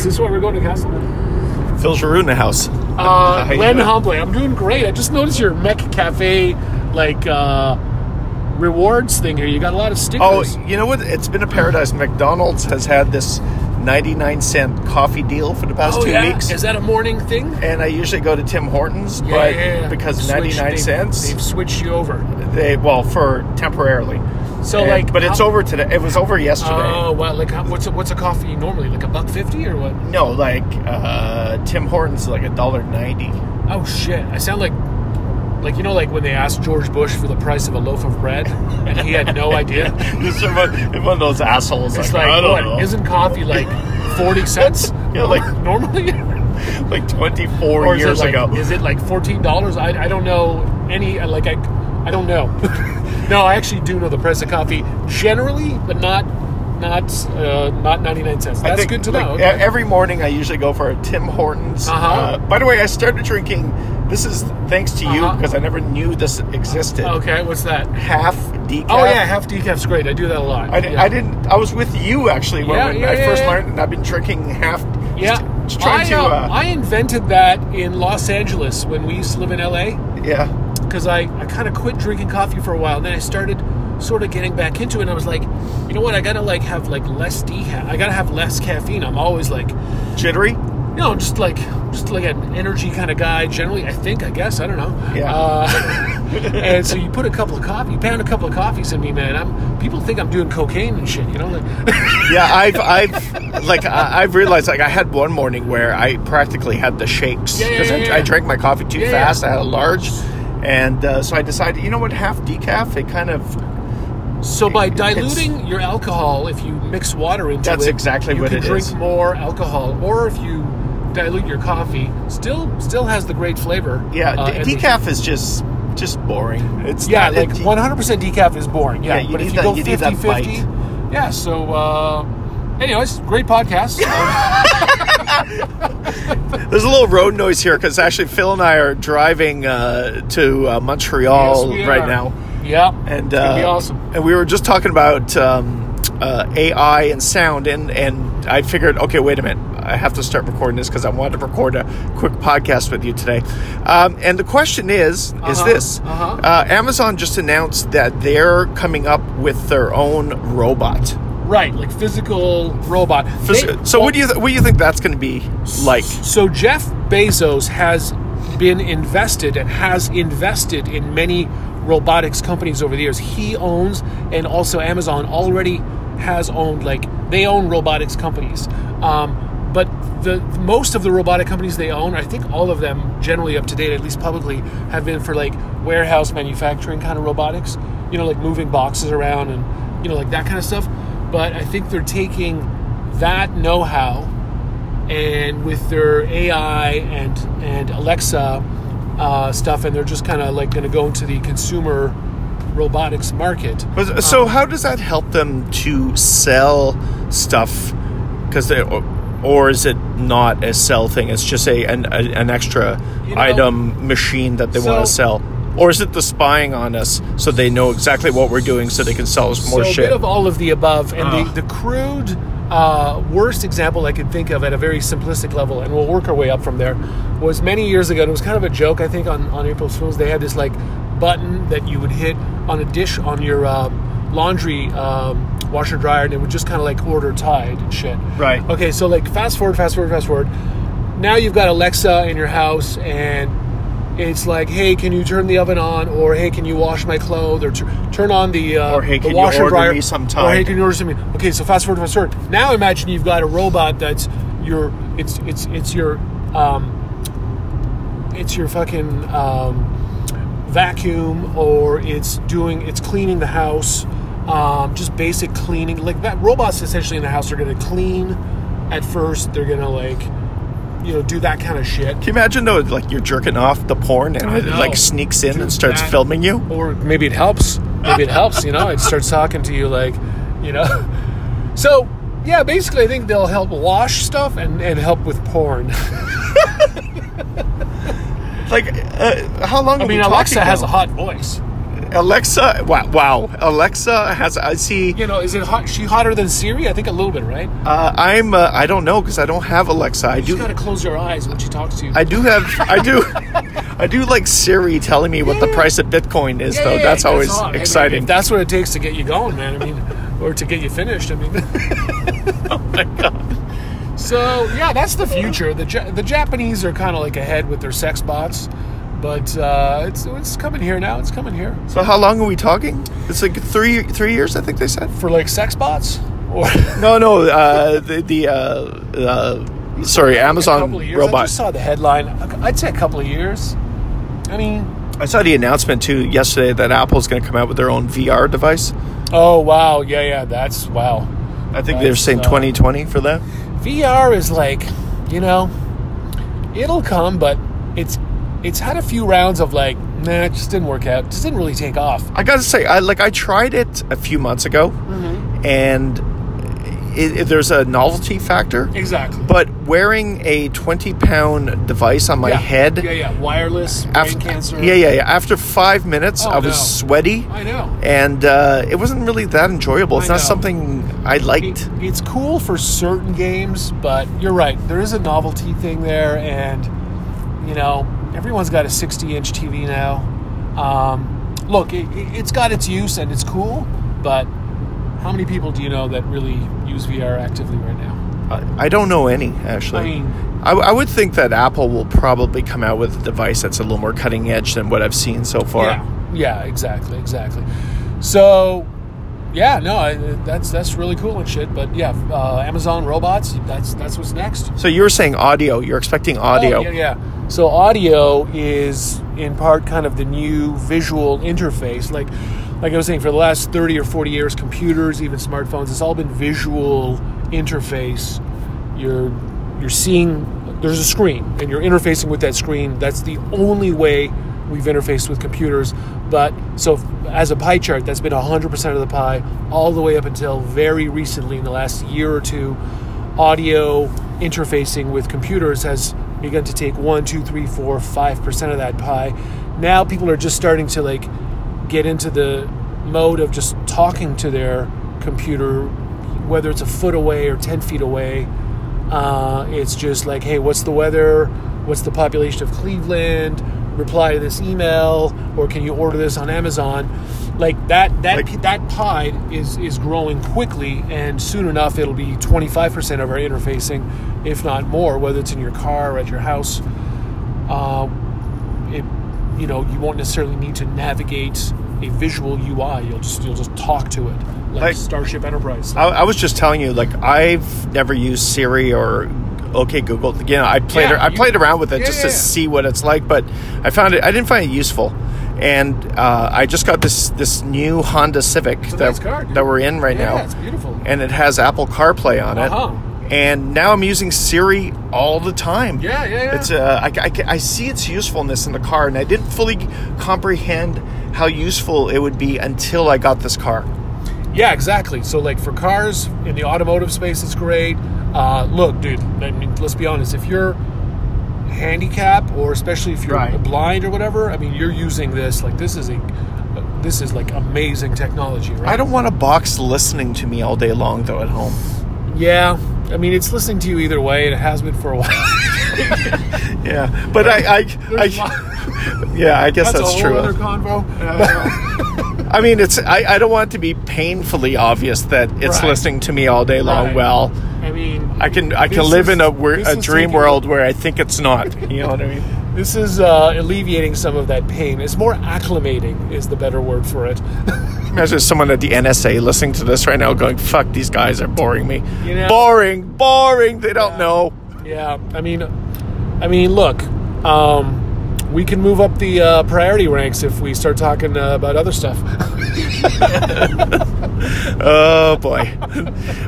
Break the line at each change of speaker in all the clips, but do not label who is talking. Is this why we're going to Castleman?
Phil Giroux in the house.
Uh,
How you
Len
doing?
Humble, I'm doing great. I just noticed your Mech Cafe like uh, rewards thing here. You got a lot of
Oh,
stickers.
you know what? It's been a paradise. McDonald's has had this 99 cent coffee deal for the past two
Oh, yeah.
weeks.
Is that a morning thing?
and I usually go to Tim Hortons,
Yeah,
but
yeah, yeah.
because
Switched-
99
they've-
cents,
They've switched you over.
they well for temporarily.
So,
And-
like,
but it's
how-
over today. It was over yesterday.
Oh wow! Like, how, what's a, what's a coffee normally? Like a buck fifty or what?
no, like uh, Tim Hortons is like a dollar ninety.
Oh shit! I sound like like you know like when they asked George Bush for the price of a loaf of bread and he had no idea.
This is one, one of those assholes.
It's
like, I
like
don't
what?
know.
Isn't coffee like forty cents?
Yeah, like-
normally.
like twenty four
Or is it
years
like-
ago.
is it like fourteen dollars? I, I don't know any. uh, Like I I don't know. no, I actually do know the price of coffee generally, but not not uh, not ninety nine cents.
I
That's
think,
good to
like,
know.
e-
Okay.
Every morning I usually go for a Tim Hortons. Uh,
Uh-huh.
by the way, I started drinking. This is thanks to you
Uh-huh.
because I never knew this existed.
okay, what's that?
Half decaf.
Oh yeah, half decaf's great. I do that a lot.
I, di-
yeah.
I didn't. I was with you actually when,
Yeah,
when
yeah,
I
yeah,
first
yeah.
learned, and I've been drinking half.
Yeah,
just trying
I,
to.
uh,
Uh,
I invented that in Los Angeles when we used to live in LA
yeah.
because I, I kind of quit drinking coffee for a while and then I started sort of getting back into it and I was like, you know what, I gotta like have like less decaf. I gotta have less caffeine. I'm always like, you
Jittery.
know, I'm just like just like an energy kind of guy generally. I think, I guess, I don't know.
Yeah.
Uh, and so you put a couple of coffee, you pound a couple of coffees in me, man. I'm people think I'm doing cocaine and shit. You know, like
Yeah, I've, I've, like, I- I've realized, like, I had one morning where I practically had the shakes
Yeah, yeah,
because
yeah,
I, I
yeah.
drank my coffee too
Yeah, yeah.
fast. I had a large, and uh, so I decided, you know what, half decaf. It kind of
So by
It's-
diluting your alcohol, if you mix water into
That's
it,
exactly
you
what
can
it
drink
is.
more alcohol, or if you dilute your coffee, still still has the great flavor.
Yeah,
uh,
de-
and the-
decaf is just just boring. It's
Yeah,
not- it-
like 100% decaf is boring. Yeah,
Yeah, you
but
need
if you
that-
go
you need that
50-50,
bite.
yeah. So, uh, anyways, great podcast. Uh,
There's a little road noise here because actually Phil and I are driving uh, to uh,
yes,
Montreal
we
right
are.
now,
Yeah,
and
it's gonna
uh,
be awesome.
And we were just talking about um, uh, AI and sound, and and I figured, okay, wait a minute, I have to start recording this because I wanted to record a quick podcast with you today. Um, and the question is, is
Uh-huh,
this?
uh-huh.
Uh, Amazon just announced that they're coming up with their own robot.
Right, like physical robot. They-
so what do you th- what do you think that's going to be like?
So Jeff Bezos has been invested and has invested in many robotics companies over the years. He owns and also Amazon already has owned like they own robotics companies. Um, but the most of the robotic companies they own, I think all of them generally up to date, at least publicly, have been for like warehouse manufacturing kind of robotics. You know, like moving boxes around and you know like that kind of stuff. But I think they're taking that know-how and with their AI and and Alexa uh, stuff, and they're just kind of like going to go into the consumer robotics market.
But-
Um,
So how does that help them to sell stuff? Because they, or, or is it not a sell thing? It's just a an, a, an extra
You know,
item machine that they want to
so-
sell, or is it the spying on us so they know exactly what we're doing so they can sell us more
so
shit?
a bit of all of the above, and
Ah.
the, the crude uh, worst example I could think of at a very simplistic level, and we'll work our way up from there, was many years ago. And it was kind of a joke, I think, on on April Fools. They had this like button that you would hit on a dish on your um, laundry um, washer dryer, and it would just kind of like order Tide and shit.
Right.
Okay, so like fast forward, fast forward, fast forward. Now you've got Alexa in your house, and it's like, hey, can you turn the oven on, or hey, can you wash my clothes, or tu- turn on the uh,
Or, "Hey,
the
can you
washer
order
dryer.
me some Tide?"
Or, hey, can you order something? Okay, so fast forward, fast forward. Now imagine you've got a robot that's your, it's it's it's your, um, it's your fucking um, vacuum, or it's doing, it's cleaning the house, um, just basic cleaning. Like that, robots essentially in the house are going to clean at first. They're going to like, you know, do that kind of shit.
can you imagine though, like you're jerking off the porn and
I
it
know.
like sneaks in and
Dude,
starts
that-
filming you?
or maybe it helps. Maybe it helps. You know, it starts talking to you like, you know. So yeah, basically, I think they'll help wash stuff and, and help with porn.
Like, uh, how long?
uh, I mean, Alexa has a hot voice.
Alexa, wow, wow, Alexa has. I see.
You know, is it hot? She hotter than Siri? I think a little bit, right?
Uh, I'm. Uh, I don't know because I don't have Alexa. I
You
do.
got to close your eyes when she talks to you.
I do have. I do. I do like Siri telling me what the price of Bitcoin is, though. that's always
all. I mean,
exciting.
if that's what it takes to get you going, man. I mean, or to get you finished. I mean. oh my god. So yeah, that's the future. the ja- The Japanese are kind of like ahead with their sex bots, but uh, it's it's coming here now. It's coming here
so, how long are we talking? It's like three three years, I think they said.
for like sex bots or
No, no. Uh, the the uh, uh, sorry,
a couple
Amazon
of years. I
robot.
just saw the headline. I'd say a couple of years. I mean,
I saw the announcement too yesterday that Apple's going to come out with their own VR device.
oh wow, yeah, yeah, that's wow.
I think they're
That's,
saying
uh,
2020 for that.
VR is like, you know, it'll come, but it's it's had a few rounds of like, nah, it just didn't work out. It just didn't really take off.
I gotta say, I like I tried it a few months ago,
Mm-hmm.
and it, it- there's a novelty factor.
Exactly.
But wearing a 20 pound device on my
yeah.
head,
Yeah, yeah. Wireless brain
after
cancer.
yeah, yeah, yeah, after five minutes,
Oh,
I was
no.
sweaty,
I know.
and uh, it wasn't really that enjoyable. It's
I
not
know.
something I liked.
It- it's cool for certain games, but you're right. There is a novelty thing there, and you know everyone's got a 60 inch TV now. Um, look, it, it- it's got its use and it's cool, but how many people do you know that really use VR actively right now?
I, I don't know any actually.
I mean-
I, I would think that Apple will probably come out with a device that's a little more cutting edge than what I've seen so far.
yeah, yeah, exactly, exactly. So. Yeah, no, I, that's that's really cool and shit. But yeah, uh, Amazon robots. That's that's what's next.
So you were saying audio. You're expecting audio.
Oh, yeah, yeah. So audio is in part kind of the new visual interface. Like, like I was saying, for the last thirty or forty years, computers, even smartphones, it's all been visual interface. You're you're seeing there's a screen, and you're interfacing with that screen. That's the only way we've interfaced with computers. But so as a pie chart, that's been hundred percent of the pie, all the way up until very recently, in the last year or two audio interfacing with computers has begun to take one, two, three, four, five percent of that pie. Now people are just starting to like get into the mode of just talking to their computer, whether it's a foot away or ten feet away. Uh, it's just like, hey, what's the weather? What's the population of Cleveland? Reply to this email, or can you order this on Amazon? Like that, that
Like-
that pie is is growing quickly, and soon enough it'll be 25% of our interfacing, if not more. Whether it's in your car or at your house, uh, it you know you won't necessarily need to navigate a visual UI. You'll just you'll just talk to it, like,
Like-
Starship Enterprise.
I, I was just telling you, like I've never used Siri or OK Google. You know, I played
Yeah,
I
you-
played around with it
Yeah,
just
yeah,
to
yeah.
see what it's like, but I found it. I didn't find it useful, and uh, I just got this this new Honda Civic
a
that
nice car, dude.
that we're in right
yeah,
now,
it's beautiful.
and it has Apple CarPlay on
Uh-huh.
it. And now I'm using Siri all the time.
Yeah, yeah, yeah.
It's uh, I, I, I see its usefulness in the car, and I didn't fully comprehend how useful it would be until I got this car.
Yeah, exactly. So, like for cars in the automotive space, it's great. Uh, look, dude. I mean, let's be honest. If you're handicapped, or especially if you're
Right.
blind or whatever, I mean, you're using this. Like, this is a, this is like amazing technology, right?
I don't want a box listening to me all day long though at home.
Yeah, I mean, it's listening to you either way. and It has been for a while.
Yeah, but I, I,
There's
I yeah, I guess
That's,
that's,
a whole
true.
other convo. Uh,
I mean, it's I, I don't want it to be painfully obvious that it's
Right.
listening to me all day long.
Right.
Oh, Well,
I mean,
I can I can
This
live
is-
in a wor-
this
a
is
dream
taking-
world where I think it's not. You know what I mean?
this is uh, alleviating some of that pain. It's more acclimating is the better word for it.
Imagine someone at the NSA listening to this right now, going, "Fuck, these guys are boring me.
You know-
boring, boring. They don't know."
Yeah, I mean, I mean, look, um, we can move up the uh, priority ranks if we start talking uh, about other stuff.
Oh boy,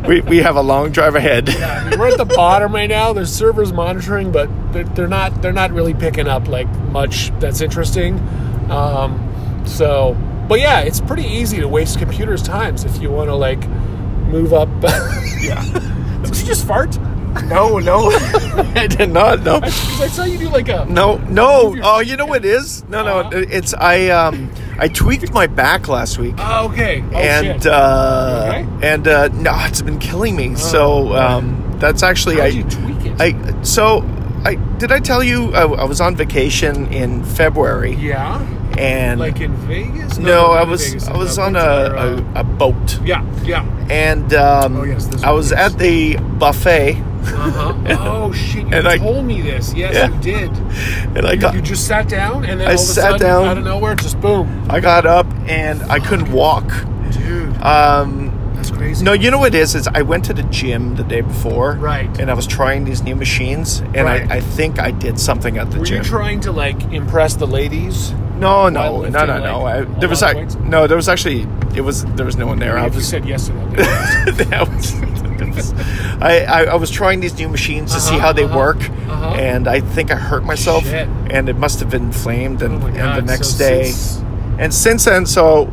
we we have a long drive ahead.
I mean, We're at the bottom right now. There's servers monitoring, but they're, they're not they're not really picking up like much that's interesting. Um, so, but yeah, it's pretty easy to waste computers' times if you want to like move up.
yeah.
Did you just fart?
No, no, I did not. No.
Because I saw you do like a
No, no.
Move your-
Oh, you know what it is? No, no.
Uh-huh.
It's I. Um, I tweaked my back last week.
Oh, okay. Oh,
and
shit. You
uh,
okay? Oh,
and uh, no, it's been killing me. so um, that's actually
How'd
I.
you tweak it?
I so I did I tell you I, I was on vacation in February
yeah.
and
Like in Vegas?
no,
not
I
in
was
Vegas,
I
in
was
the
on a,
Windsor, uh,
a, a boat
yeah, yeah.
and um,
Oh, yes, this
I was
one, yes.
at the buffet
Uh-huh. oh shit! You
And I-
told me this. Yes,
Yeah.
you did.
and I
You-
got
you just sat down, and then
I
all of a
sat
sudden,
down.
out of nowhere, just boom, Uh,
I got up and I couldn't walk.
dude.
Um,
that's crazy.
no, you know what it is is I went to the gym the day before,
Right.
And I was trying these new machines, and
Right.
I, I think I did something at the
were
gym.
you trying to like impress the ladies?
No, no,
Weightlifting,
no, no, no.
like,
I,
a
there was
lot of
like,
weights?
no, there was actually it was there was no one there. I
if you
was,
said yes to Oh that.
that was, it was- I, I I was trying these new machines to see
Uh-huh,
how they
uh-huh,
work,
uh-huh.
and I think I hurt myself,
Shit. Oh
and it must have been inflamed, and,
my
and the
God,
next
so
day,
since-
and since then, so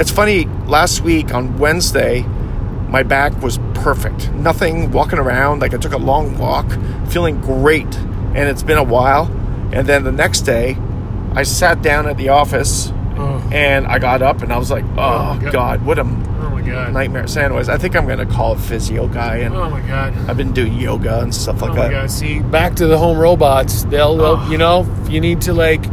it's funny. Last week on Wednesday. My back was perfect. Nothing walking around. Like I took a long walk, feeling great. And it's been a while. And then the next day, I sat down at the office
oh,
and I got up and I was like, oh,
my God.
God, what a
oh my god!
nightmare Santa was. I think I'm going to call a physio guy. And
oh my god!
I've been doing yoga and stuff like Oh.
oh my
that.
god! See, back to the home robots. They'll, they'll-
Ugh.
you know, you need to like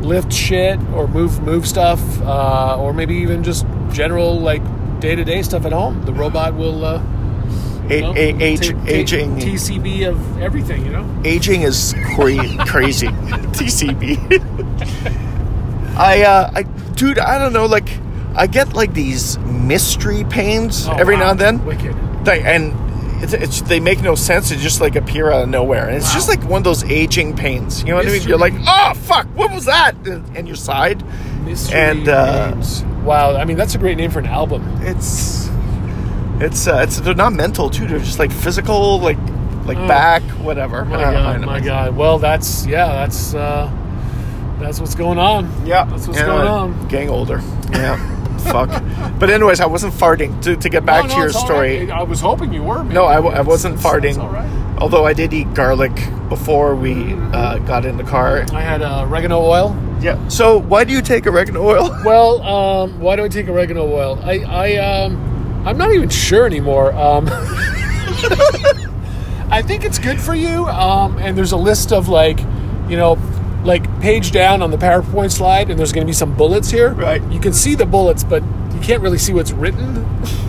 lift shit or move move stuff, uh, or maybe even just general like day to day stuff at home. The robot will. Uh,
A-
you know,
a- E. age-
take- take
aging,
TCB of everything, you know.
aging is cra- crazy. TCB. I, uh, I, dude, I don't know. Like, I get like these mystery pains
Oh,
every
wow.
now and then.
Wicked.
They, and it's, it's they make no sense. They just like appear out of nowhere, and it's
Wow.
just like one of those aging pains. You know what I mean? You're like,
Mystery.
oh fuck, what was that? And, and your side,
Mystery
and uh,
names. Wow, I mean that's a great name for an album.
it's it's uh, it's they're not mental too. They're just like physical, like like
Oh.
back, whatever.
My
I don't
God,
mind
my
them.
God. Well, that's yeah, that's uh, that's what's going on.
Yeah,
that's what's
you know,
going
I'm
on.
uh, Getting older. Yeah, fuck. But anyways, I wasn't farting. To to get back
Oh, No,
to
no,
your
it's all
story.
right. I was hoping you were. Man.
No, I, w- I wasn't
It's- it's-
farting.
it's all right.
Although I did eat garlic before we uh, got in the car.
I had uh, oregano oil.
Yeah. So why do you take oregano oil?
Well, um, why do I take oregano oil? I, I um, I'm not even sure anymore. Um, I think it's good for you. Um, and there's a list of like, you know, like page down on the PowerPoint slide, and there's going to be some bullets here.
Right.
You can see the bullets, but you can't really see what's written.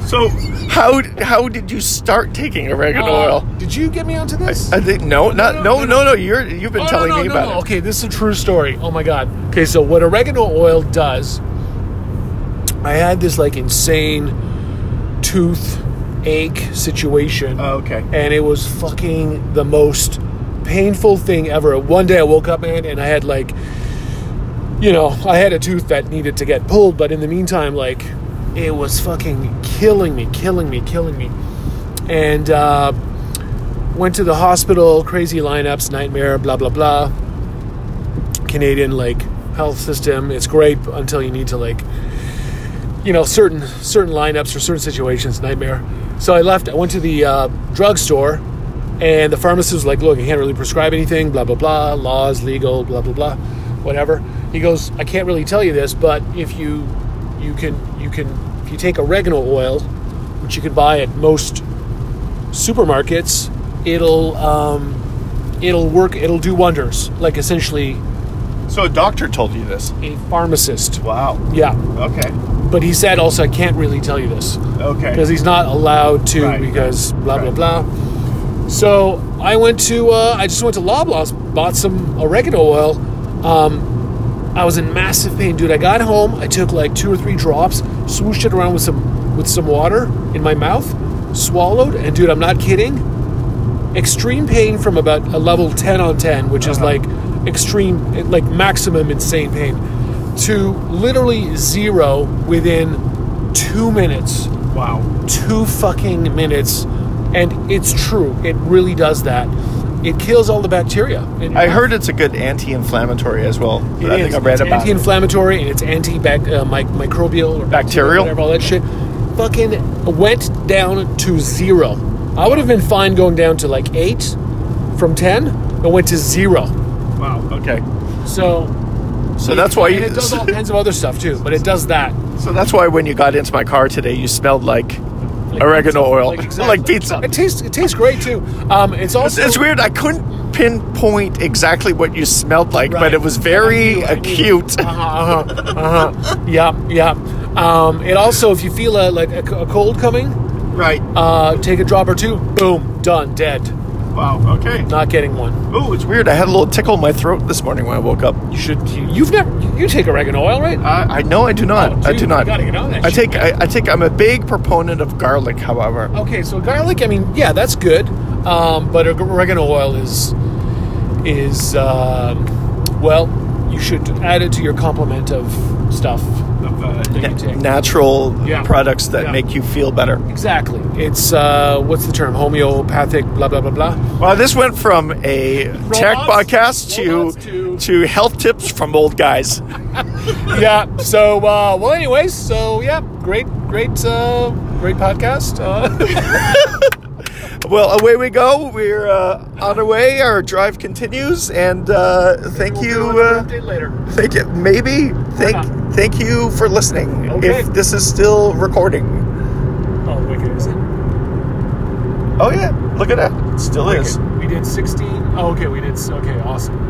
So how how did you start taking oregano
Uh,
oil?
Did you get me onto this?
I think no, not
no,
no no no.
no, no.
You're you've been
Oh,
telling
no, no,
me
no,
about
no.
it.
Okay, this is a true story. Oh my god. Okay, so what oregano oil does, I had this like insane tooth ache situation.
Oh, okay.
And it was fucking the most painful thing ever. One day I woke up, man, and I had like, you know, I had a tooth that needed to get pulled, but in the meantime, like, it was fucking killing me, killing me, killing me. And, uh, went to the hospital, crazy lineups, nightmare, blah blah blah. Canadian like health system, it's great until you need to like you know certain certain lineups for certain situations, nightmare. So I left. I went to the uh, drugstore, and the pharmacist was like, "Look, I can't really prescribe anything. Blah blah blah. Laws, legal, blah blah blah, whatever." He goes, "I can't really tell you this, but if you you can you can if you take oregano oil, which you can buy at most supermarkets, it'll um, it'll work. It'll do wonders. Like essentially
So a doctor told you this.
a pharmacist.
Wow.
Yeah,
Okay.
but he said also I can't really tell you this
Okay.
because he's not allowed to
Right,
because blah
right.
blah blah. So I went to uh, I just went to Loblaws, bought some oregano oil. Um, I was in massive pain, dude. I got home, I took like two or three drops, swooshed it around with some with some water in my mouth, swallowed, and dude, I'm not kidding. Extreme pain from about a level 10 on 10, which is
Uh-huh.
like extreme, like maximum insane pain, to literally zero within two minutes
Wow.
two fucking minutes, and it's true. It really does that. It kills all the bacteria. in your
I
mouth.
heard it's a good anti-inflammatory as well.
It
I
is.
think I read
it's
about it.
anti-inflammatory and it's anti-microbial uh, mic- microbial or
Bacterial?
whatever, all that shit. Fucking went down to zero. I would have been fine going down to like eight from ten, but went to zero.
Wow. Okay.
So
So that's why
And
you-
it does all kinds of other stuff too, but it does that.
So that's why when you got into my car today, you smelled like, oregano oil, like, pizza.
It tastes it tastes great too. Um, it's
It's,
also
it's weird. I couldn't pinpoint exactly what you smelled like, but
Right.
it was very
I knew- I knew.
acute.
Uh huh. Uh huh. yep. Yep. Um, it also, if you feel a, like a, a cold coming,
Right.
uh, take a drop or two. Boom, done, dead.
wow. Okay.
Not getting one.
Oh, it's weird. I had a little tickle in my throat this morning when I woke up.
You should. You, you've never. You take oregano oil, right?
I know I do not.
Oh,
I
dude,
do not.
you gotta get on that
I
shit.
take. I, I take. I'm a big proponent of garlic. However,
Okay, so garlic. I mean, yeah, that's good. Um, but oregano oil is is um, well, you should add it to your complement of stuff that you take.
natural
Oh, Yeah.
products that
Yeah.
make you feel better.
Exactly. It's uh, what's the term? Homeopathic. Blah blah blah blah.
Well, this went from a tech
Robots-
podcast to,
robots
to
to-
health tips from old guys.
yeah. So uh, well, anyways. So yeah, great, great, uh, great podcast. Uh,
Well, away we go. We're uh, on our way. Our drive continues, and uh, thank
we'll do
you.
another
Uh,
update later.
thank you. Maybe thank
not?
thank you for listening.
Okay.
If this is still recording.
Oh, wicked! Is it?
Oh yeah, look at that. It still is.
Wicked. We did sixteen. Oh, okay, we did. s- Okay, awesome.